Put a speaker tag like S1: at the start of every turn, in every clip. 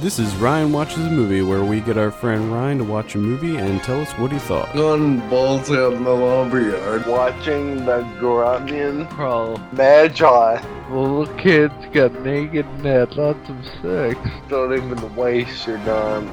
S1: This is Ryan Watches a Movie, where we get our friend Ryan to watch a movie and tell us what he thought.
S2: Gun balls out in the lumber yard.
S3: watching the Grunion
S4: Bro,
S3: Magi.
S4: little kids got naked and had lots of sex.
S3: Don't even waste your time.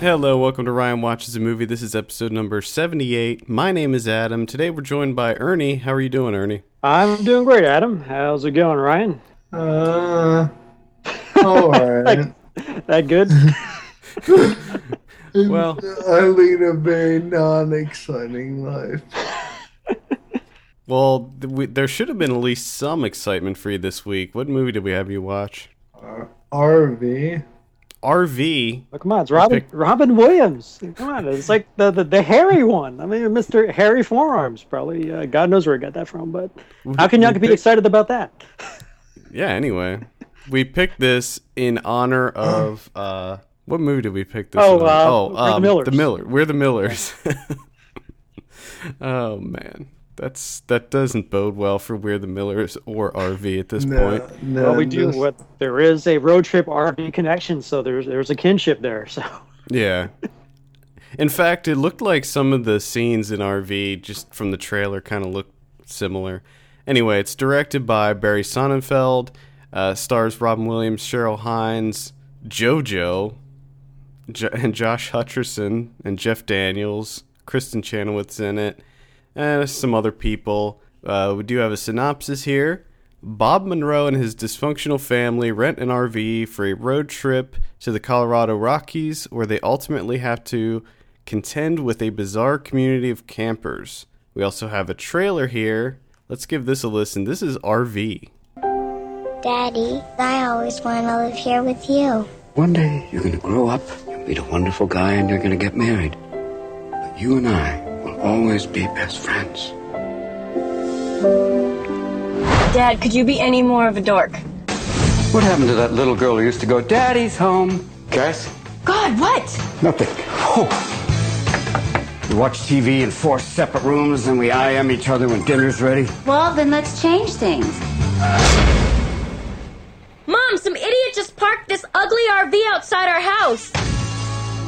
S1: Hello, welcome to Ryan Watches a Movie. This is episode number 78. My name is Adam. Today we're joined by Ernie. How are you doing, Ernie?
S5: I'm doing great, Adam. How's it going, Ryan?
S2: Uh, alright.
S5: That good? Oh,
S1: Well-
S2: I lead a very non exciting life.
S1: Well, th- we, there should have been at least some excitement for you this week. What movie did we have you watch?
S2: R- RV.
S1: RV.
S5: Well, come on, it's Robin
S1: picked-
S5: Robin Williams. Come on, it's like the, the, the hairy one. I mean, Mr. Hairy Forearms, probably. Uh, God knows where I got that from, but how can you not be excited about that?
S1: Yeah, anyway. We picked this in honor of. uh What movie did we pick this
S5: Oh,
S1: in honor- um,
S5: uh, We're the Millers.
S1: The Miller. We're the Millers. oh, man. That's That doesn't bode well for We're the Millers or RV at this
S2: No,
S1: point.
S2: no,
S5: Well, we do
S2: just-
S5: what there is a road trip RV connection, so there's there's a kinship there. So
S1: Yeah. In fact, it looked like some of the scenes in RV just from the trailer kind of looked similar. Anyway, it's directed by Barry Sonnenfeld, uh, stars Robin Williams, Cheryl Hines, JoJo, jo- and Josh Hutcherson, and Jeff Daniels. Kristen Chenoweth's in it, and Eh, some other people. Uh, we do have a synopsis here. Bob Monroe and his dysfunctional family rent an RV for a road trip to the Colorado Rockies, where they ultimately have to contend with a bizarre community of campers. We also have a trailer here. Let's give this a listen. This is RV.
S6: Daddy, I always want to live here with you.
S7: One day you're gonna grow up, you'll meet a wonderful guy, and you're gonna get married. But you and I will always be best friends.
S8: Dad, could you be any more of a dork?
S7: What happened to that little girl who used to go, Daddy's home? Guys?
S8: God, what?
S7: Nothing. Oh. We watch TV in four separate rooms, and we IM each other when dinner's ready.
S9: Well, then let's change things.
S8: Mom, some idiot just parked this ugly RV outside our house.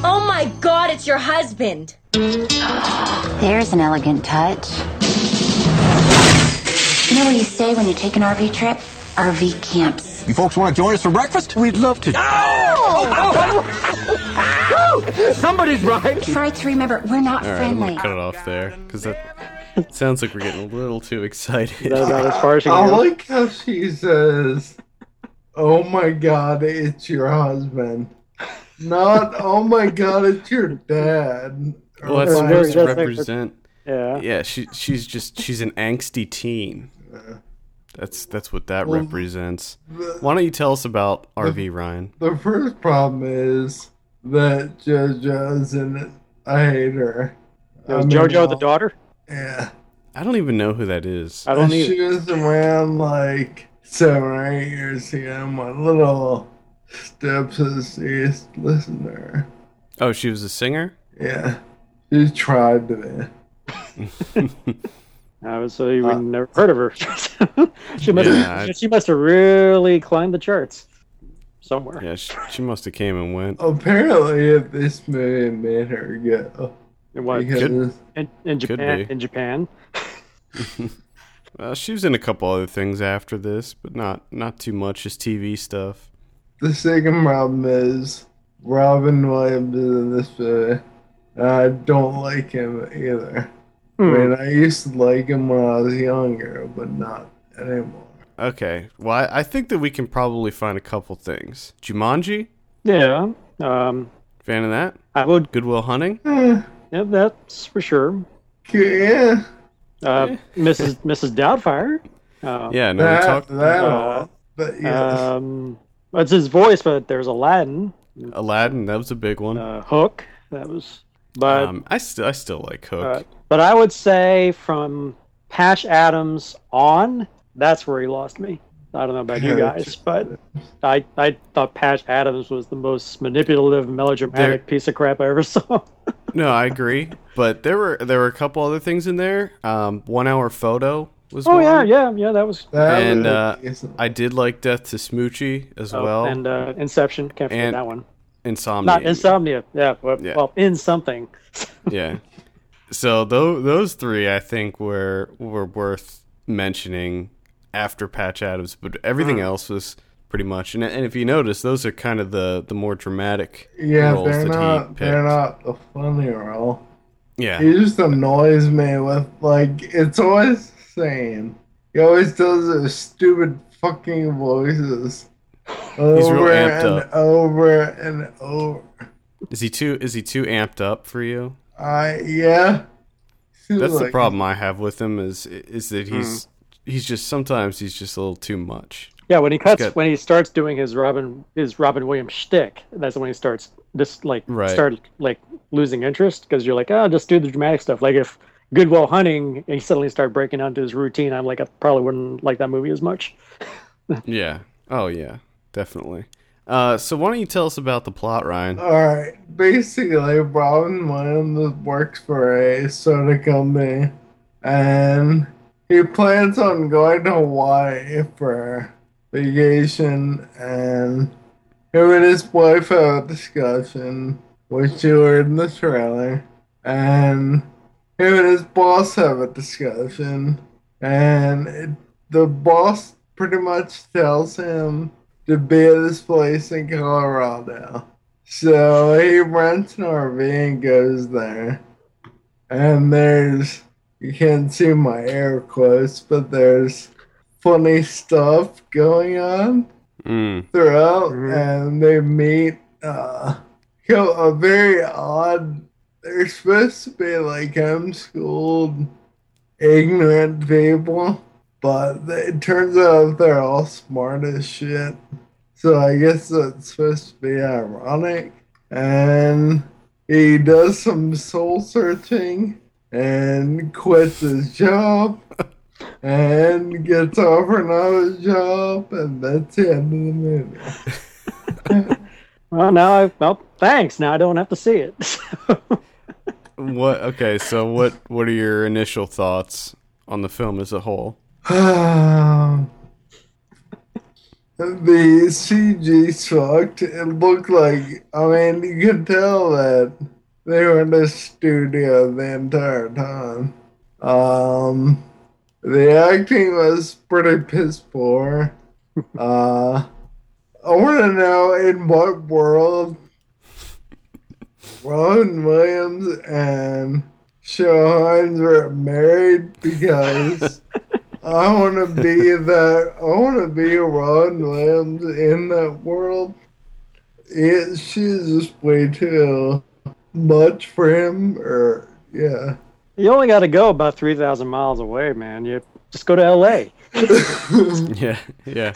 S8: Oh my god, it's your husband.
S9: There's an elegant touch. You know what you say when you take an RV trip? RV camps.
S7: You folks want to join us for breakfast? We'd love to. Somebody's right.
S9: Try to remember, we're not
S1: All right, I'm
S9: friendly.
S1: gonna cut it off there because that sounds like we're getting a little too excited.
S5: that's about as far as you
S2: I
S5: can go.
S2: like how she says, Oh my god, it's your husband. Not, Oh my god, it's your dad.
S1: Well, that's
S5: That's very-
S1: supposed to
S5: that's like-
S1: represent.
S5: Yeah.
S1: Yeah, she she's just she's an angsty teen. That's that's what that represents. Why don't you tell us about RV Ryan?
S2: the first problem is that JoJo's in it. I hate her.
S5: It was
S2: I mean,
S5: JoJo the daughter.
S2: Yeah.
S1: I don't even know who that is.
S5: I don't
S2: she
S5: need.
S2: was around like seven or eight years ago. My little stepsister used to listen to her.
S1: Oh, she was a singer.
S2: Yeah. She tried to be.
S5: I was so you would never heard of her. she must
S1: Yeah, I-
S5: she must have really climbed the charts somewhere.
S1: Yeah, she, she must have came and went.
S2: Apparently, if this movie made her go.
S5: It was
S2: because
S1: Good.
S5: in, in
S1: Could
S5: Japan.
S1: be.
S5: In Japan,
S1: Uh, she was in a couple other things after this, but not not too much. Just TV stuff.
S2: The second problem is Robin Williams is in this movie. and I don't like him either. I mean, I used to like him when I was younger, but not anymore.
S1: Okay. Well, I, I think that we can probably find a couple things. Jumanji,
S5: yeah, um,
S1: fan of that.
S5: I would.
S1: Goodwill Hunting.
S5: Yeah, that's for sure.
S2: Yeah,
S5: Uh, Mrs. Mrs. Doubtfire. Uh,
S1: Yeah, no, we
S2: that,
S1: talked
S2: that
S5: uh,
S2: all. But yes,
S5: Um, well, it's his voice, but there's Aladdin,
S1: Aladdin. That was a big one.
S5: uh, Hook. That was, but
S1: um, I still I still like Hook.
S5: uh, but I would say from Patch Adams on, that's where he lost me. I don't know about you guys, but I I thought Patch Adams was the most manipulative, melodramatic piece of crap I ever saw.
S1: No, I agree. But there were there were a couple other things in there. Um, one hour photo was.
S5: oh
S1: one.
S5: yeah, yeah, yeah. That was
S2: that
S1: and
S2: was
S1: uh,
S2: decent.
S1: I did like Death to Smoochie as
S5: Oh,
S1: well.
S5: and uh, Inception. Can't forget
S1: and-
S5: that one.
S1: Insomnia.
S5: Not insomnia. Yeah. Well,
S1: Yeah.
S5: well, in something.
S1: yeah. So tho- those three, I think, were were worth mentioning after Patch Adams, but everything
S5: Hmm.
S1: else was pretty much. And, and if you notice, those are kind of the the more dramatic
S2: Yeah,
S1: roles
S2: they're
S1: that
S2: not.
S1: he picked.
S2: They're not the funny role.
S1: Yeah,
S2: He just annoys me with like it's always the same. He always does those stupid fucking voices over
S1: real amped
S2: and
S1: up.
S2: over and over.
S1: is he too is he too amped up for you?
S2: I yeah. Seems
S1: That's the
S2: like-
S1: problem I have with him is is
S5: Hmm.
S1: that he's he's just sometimes he's just a little too much.
S5: Yeah, when he cuts,
S1: Good.
S5: when he starts doing his Robin, his Robin Williams shtick, that's when he starts just like
S1: Right.
S5: start like losing interest because you're like, oh, just do the dramatic stuff. Like if Goodwill Hunting, and he suddenly start breaking out into his routine. I'm like, I probably wouldn't like that movie as much.
S1: Yeah. Oh yeah, definitely. Uh, so why don't you tell us about the plot, Ryan?
S2: All right. Basically, Robin Williams works for a soda company, and he plans on going to Hawaii for vacation. And him and his wife have a discussion, which you heard in the trailer. And him and his boss have a discussion, and it, the boss pretty much tells him to be at this place in Colorado. So he rents an RV and goes there. And there's, you can't see my air quotes, but there's funny stuff going on
S1: Mm.
S2: throughout. And they meet uh, you know, a very odd, they're supposed to be like homeschooled, ignorant people, but it turns out they're all smart as shit. So I guess that's supposed to be ironic. And he does some soul searching and quits his job and gets offered another job, and that's the end of the movie.
S5: Well, now I well, thanks. Now I don't have to see it.
S1: What? Okay, so what? What are your initial thoughts on the film as a whole?
S2: Um, the CG sucked. It looked like, I mean, you could tell that they were in the studio the entire time. Um, the acting was pretty piss poor. Uh, I want to know in what world Robin Williams and Showhines were married because. I want to be that. I want to be Ron Williams in that world. It, she's just way too much for him. Or yeah,
S5: you only got to go about three thousand miles away, man. You just go to L.A.
S1: Yeah, yeah.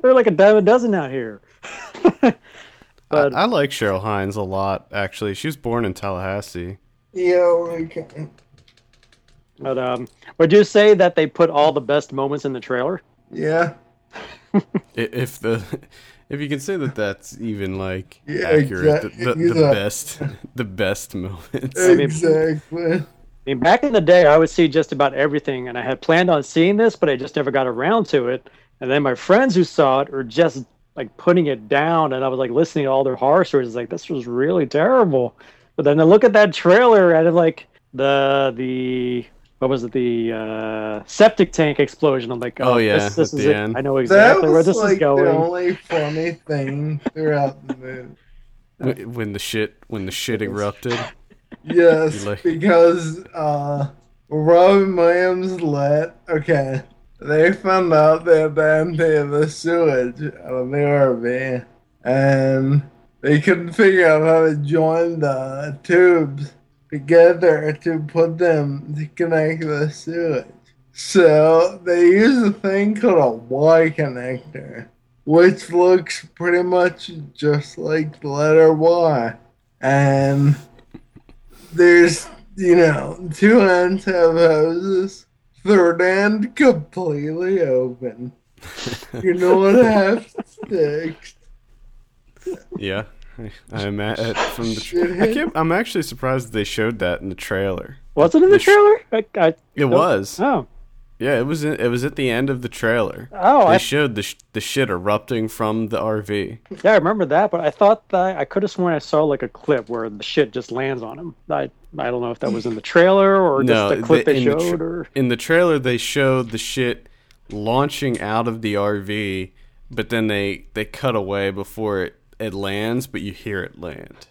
S5: They're like a dime a dozen out here. But-
S1: I, I like Cheryl Hines a lot. Actually, she was born in Tallahassee.
S2: yeah. Okay.
S5: But um, would you say that they put all the best moments in the trailer?
S2: Yeah.
S1: I- If the if you can say that that's even like
S2: Yeah,
S1: accurate, the-
S2: exact-
S1: the, the,
S2: yeah.
S1: best the best moments.
S5: mean-
S2: Exactly.
S5: I mean, back in the day, I would see just about everything, and I had planned on seeing this, but I just never got around to it. And then my friends who saw it were just like putting it down, and I was like listening to all their horror stories. It's like this was really terrible. But then I look at that trailer, and like the the what was it the uh, septic tank explosion? I'm like, oh,
S1: Oh, yeah,
S5: this, this
S1: at
S5: is
S1: the
S5: it.
S1: end.
S5: I know
S2: That
S5: exactly where
S2: was
S5: this
S2: like
S5: is going.
S2: the only funny thing throughout the movie.
S1: Wh- When the shit when the shit erupted.
S2: Yes,
S1: You like-
S2: because uh, Robin Williams let okay. They found out they had to empty the sewage out of the RV, and they couldn't figure out how to join the tubes together to put them to connect the sewage. So they used a thing called a Y connector, which looks pretty much just like the letter Y, and there's you know two ends have houses third end completely open you know what half sticks
S1: Yeah, I- I'm at, at- from the.
S2: Shit.
S1: I can't, I'm actually surprised they showed that in the trailer.
S5: Was it in the
S1: They sh-
S5: trailer? I, I,
S1: It was.
S5: oh,
S1: Yeah, it was in, it was at the end of the trailer.
S5: Oh,
S1: they
S5: I,
S1: showed the sh- the shit erupting from the RV.
S5: yeah, I remember that, but I thought that I could have sworn I saw like a clip where the shit just lands on him. I I don't know if that was in the trailer or
S1: No,
S5: just the clip
S1: the-
S5: they
S1: in the
S5: showed
S1: tra-
S5: or
S1: In the trailer, they showed the shit launching out of the RV, but then they they cut away before it it lands, but you hear it land.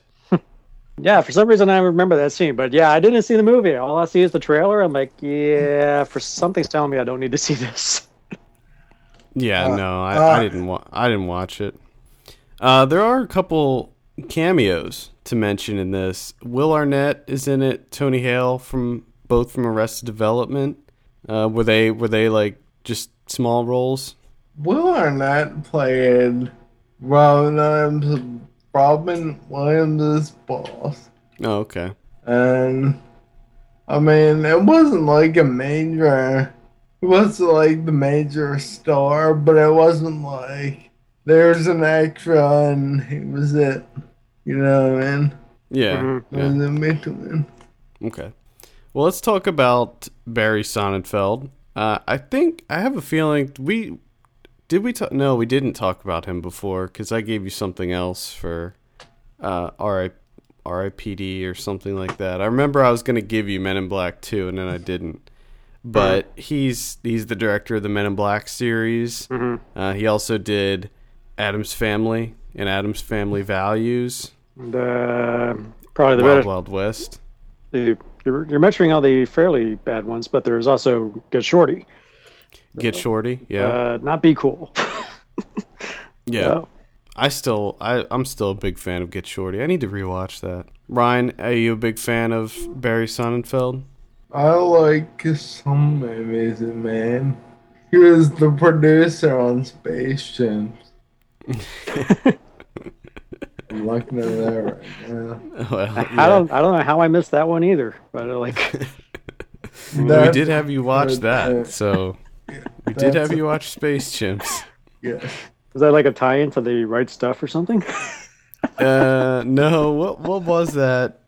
S5: yeah. For some reason, I remember that scene, but yeah, I didn't see the movie. All I see is the trailer. I'm like, yeah, for something's telling me I don't need to see this.
S1: Yeah, no, I,
S2: uh.
S1: I didn't wa- I didn't watch it. Uh, there are a couple cameos to mention in this. Will Arnett is in it. Tony Hale from both from Arrested Development. Uh, were they were they like just small roles?
S2: Will Arnett played Robin Williams, Robin Williams' boss,
S1: Oh, okay.
S2: and I mean, it wasn't like a major. It wasn't like the major star, but it wasn't like there's an extra and he was it. You know what I mean?
S1: Yeah.
S5: Mhm.
S2: It
S1: yeah.
S2: was in between.
S1: Okay. Well, let's talk about Barry Sonnenfeld. Uh, I think I have a feeling we did we talk. No, we didn't talk about him before because I gave you something else for uh, RI, RIPD or something like that. I remember I was going to give you Men in Black too, and then I didn't. But he's he's the director of the Men in Black series. Uh, he also did Adam's Family and Adam's Family Values,
S5: The uh, probably the
S1: Wild
S5: better.
S1: Wild West.
S5: The, you're, you're mentioning all the fairly bad ones, but there's also Good Shorty.
S1: Get Shorty, yeah,
S5: Uh, not be cool.
S1: yeah. I still I I'm still a big fan of Get Shorty. I need to rewatch that. Ryan, are you a big fan of Barry Sonnenfeld?
S2: I like some movies, man. He was the producer on Space Jam. I'm looking at that right now.
S1: Well,
S5: I
S1: yeah.
S5: don't I don't know how I missed that one either. But uh, like
S1: we
S2: That-
S1: did have you watch
S2: good, uh,
S1: that, so we did
S2: that's
S1: have you watch Space Chimps.
S2: Yes.
S5: is that like a tie-in for the right stuff or something?
S1: Uh, no, what what was that?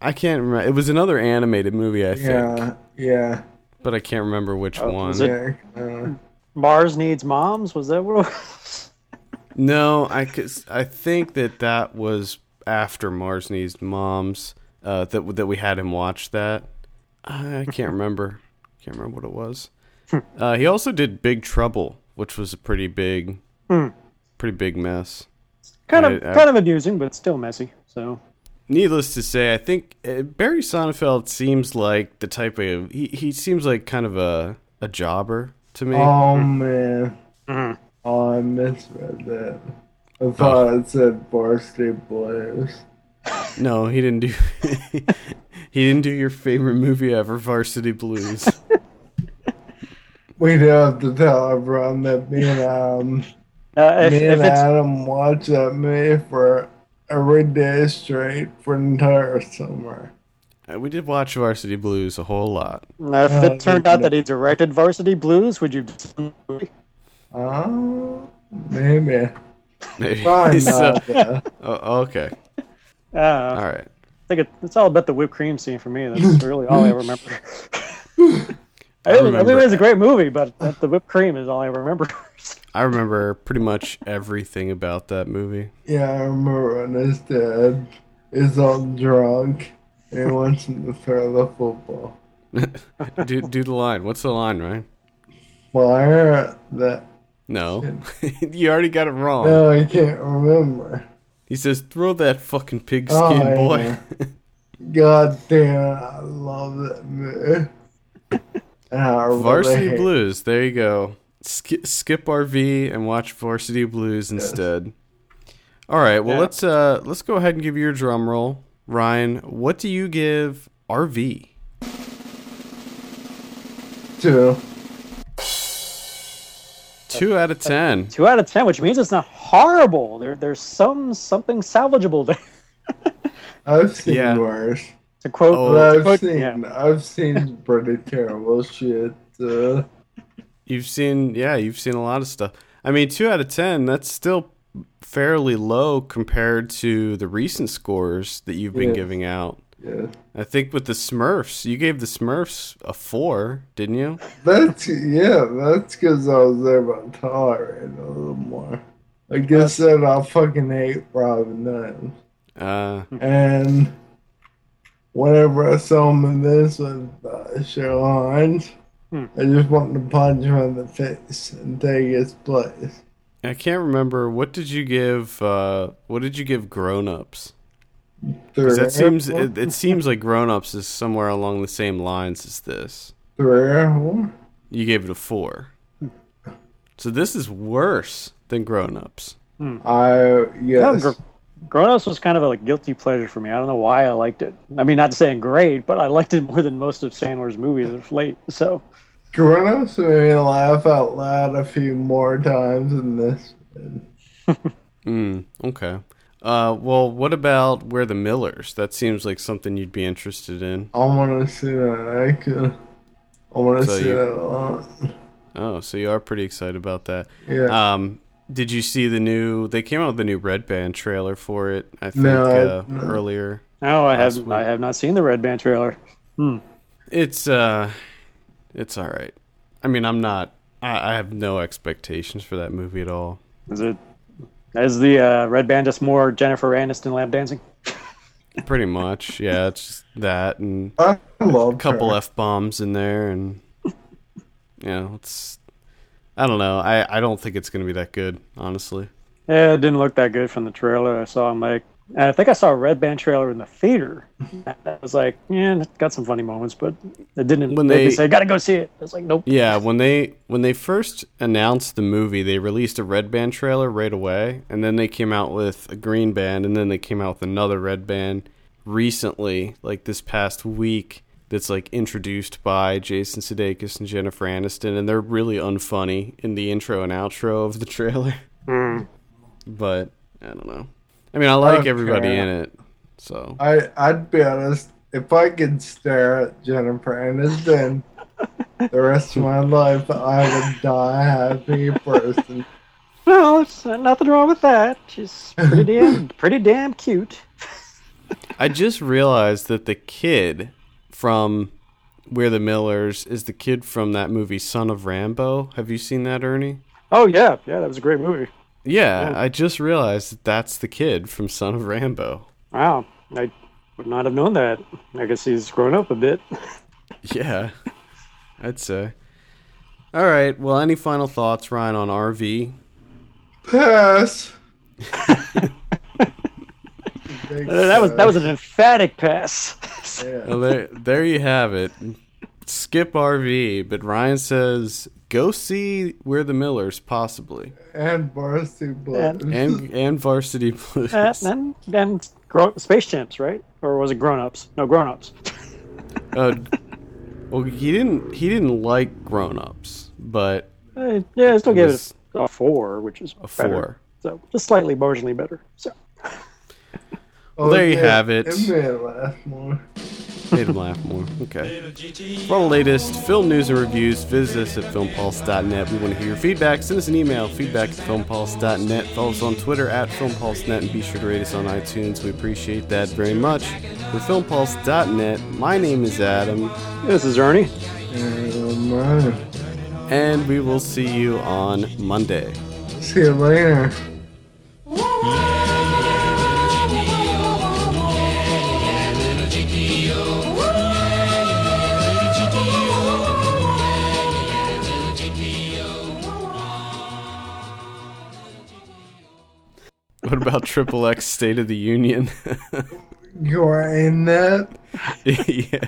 S1: I can't remember. It was another animated movie, I think, Oh,
S2: Yeah. Yeah.
S1: but I can't remember which one.
S2: Yeah. Uh,
S5: Mars needs moms. Was that what? it was?
S1: No, I cause I think that that was after Mars Needs Moms uh, that that we had him watch that. I can't remember. Can't remember what it was. Uh, he also did Big Trouble, which was a pretty big, pretty big mess.
S5: kind of
S1: I- I-
S5: kind of amusing, but still messy. So
S1: Needless to say, I think uh, Barry Sonnenfeld seems like the type of he he seems like kind of a a jobber to me.
S2: oh man. Oh, I misread that. I thought it said Varsity Blues.
S1: No, he didn't do. he didn't do your favorite movie ever, Varsity Blues.
S2: We do have to tell everyone that me and um
S5: uh, if,
S2: Me
S5: if
S2: and
S5: it's
S2: Adam watched that movie for every day straight for an entire summer.
S1: Uh, We did watch Varsity Blues a whole lot.
S5: uh, if
S2: uh,
S5: it turned out that he directed Varsity Blues, would you?
S2: Oh, maybe.
S1: Maybe.
S2: Probably
S1: So-
S2: not. though.
S1: oh, okay.
S5: Uh, I
S1: All right.
S5: think it, it's all about the whipped cream scene for me. That's really all I remember. I,
S1: I
S5: mean, I mean,
S1: remember-
S5: it's a great movie, but that- the whipped cream is all I remember.
S1: I remember pretty much everything about that movie.
S2: yeah, I remember when his dad is all drunk and he wants him to throw the football.
S1: do do the line. What's the line, Ryan?
S2: Fire that.
S1: No. you already got it wrong.
S2: No, I can't remember.
S1: He says, "Throw that fucking pigskin,
S2: Oh, yeah.
S1: boy."
S2: God damn, I love that movie. And I really
S1: Varsity
S2: hate-
S1: Blues. There you go. Sk- skip RV and watch Varsity Blues instead. All right. Well,
S5: Yeah.
S1: let's uh let's go ahead and give your drum roll, Ryan. What do you give RV?
S2: Two.
S1: Two out of ten.
S5: Two out of ten, which means it's not horrible. There, there's some something salvageable there.
S2: I've seen
S1: Yeah.
S2: worse.
S5: To quote,
S1: Oh.
S2: But
S5: to
S2: I've
S5: quote-
S2: seen
S5: yeah.
S2: I've seen pretty terrible shit. Uh,
S1: You've seen, yeah, you've seen a lot of stuff. I mean, two out of ten. That's still fairly low compared to the recent scores that you've been
S2: Yeah.
S1: giving out.
S2: Yeah.
S1: I think with the Smurfs, you gave the Smurfs a four, didn't you?
S2: That's yeah. That's because I was able to tolerate a little more. Like I said, I fucking hate Robin Williams.
S1: Uh,
S2: And whenever I saw him in this with uh, Cheryl Hines,
S5: Hmm.
S2: I just wanted to punch him in the face and take his place.
S1: I can't remember what did you give. Uh, what did you give Grown Ups? 'Cause that seems it, it seems like Grown Ups is somewhere along the same lines as this.
S2: three.
S1: You gave it a four, so this is worse than Grown Ups.
S2: I yes.
S5: No, Gr- Grown Ups was kind of a guilty pleasure for me. I don't know why I liked it. I mean, not saying great, but I liked it more than most of Sandler's movies of late. So,
S2: Grown-ups made me laugh out loud a few more times than this.
S1: Mm, okay. Uh, well, what about Where the Millers? That seems like something you'd be interested in.
S2: I want to see that. I could. I want to
S1: So
S2: see
S1: you-
S2: that a lot.
S1: Oh, so you are pretty excited about that.
S2: Yeah.
S1: Um, did you see the new? They came out with the new Red Band trailer for it. I think
S2: No, I-
S1: uh,
S2: no.
S1: earlier.
S5: no, I
S1: That's
S5: have
S1: weird.
S5: I have not seen the Red Band trailer.
S1: It's uh, it's all right. I mean, I'm not. I, I have no expectations for that movie at all.
S5: Is it? Is the uh, Red Band just more Jennifer Aniston lap dancing?
S1: Pretty much, yeah. It's just that and
S2: I love
S1: a couple
S2: her.
S1: f bombs in there, and you know, it's. I don't know. I I don't think it's gonna be that good, honestly.
S5: Yeah, Eh, it didn't look that good from the trailer I saw. I'm like, and I think I saw a Red Band trailer in the theater. And I was like, yeah, it got some funny moments, but it didn't.
S1: When
S5: When they,
S1: they-
S5: say, gotta go see it, it's like, nope.
S1: Yeah, when they when they first announced the movie, they released a red band trailer right away, and then they came out with a green band, and then they came out with another red band recently, like this past week. That's like introduced by Jason Sudeikis and Jennifer Aniston, and they're really unfunny in the intro and outro of the trailer. But I don't know. I mean, I like
S2: Okay.
S1: everybody in it, so
S2: I I'd be honest. If I could stare at Jennifer Aniston the rest of my life, I would die a happy person.
S5: No, it's uh, nothing wrong with that. She's pretty damn, pretty damn cute.
S1: I just realized that the kid from We're the Millers is the kid from that movie Son of Rambo. Have you seen that, Ernie?
S5: Oh yeah, yeah, that was a great movie.
S1: Yeah, I just realized that that's the kid from Son of Rambo.
S5: Wow, I would not have known that. I guess he's grown up a bit.
S1: Yeah, I'd say. All right. Well, any final thoughts, Ryan, on RV?
S2: Pass.
S5: That was that was an emphatic pass.
S1: Well, there, there you have it. Skip RV, but Ryan says go see We're the Millers, possibly,
S2: and varsity blood.
S1: and and Varsity Blues.
S5: and and, and grow, Space Champs, right? Or was it Grown Ups? No, Grown Ups.
S1: Uh, well, he didn't. He didn't like Grown Ups, but
S5: Uh, yeah, I still gave
S1: was-
S5: it a, a four, which is
S1: a four.
S5: better. So just slightly marginally better. So
S2: Oh,
S1: there you
S2: yeah,
S1: have it.
S2: It made it last more.
S1: Made him laugh more. Okay. For all the latest film news and reviews, visit us at filmpulse.net. We want to hear your feedback. Send us an email, feedback at filmpulse.net. Follow us on Twitter at filmpulse.net and be sure to rate us on iTunes. We appreciate that very much. For filmpulse.net, my name is Adam,
S5: this is Ernie.
S2: Oh, man.
S1: and we will see you on Monday.
S2: See you later.
S1: What about Triple X State of the Union?
S2: You are in that.
S1: yeah.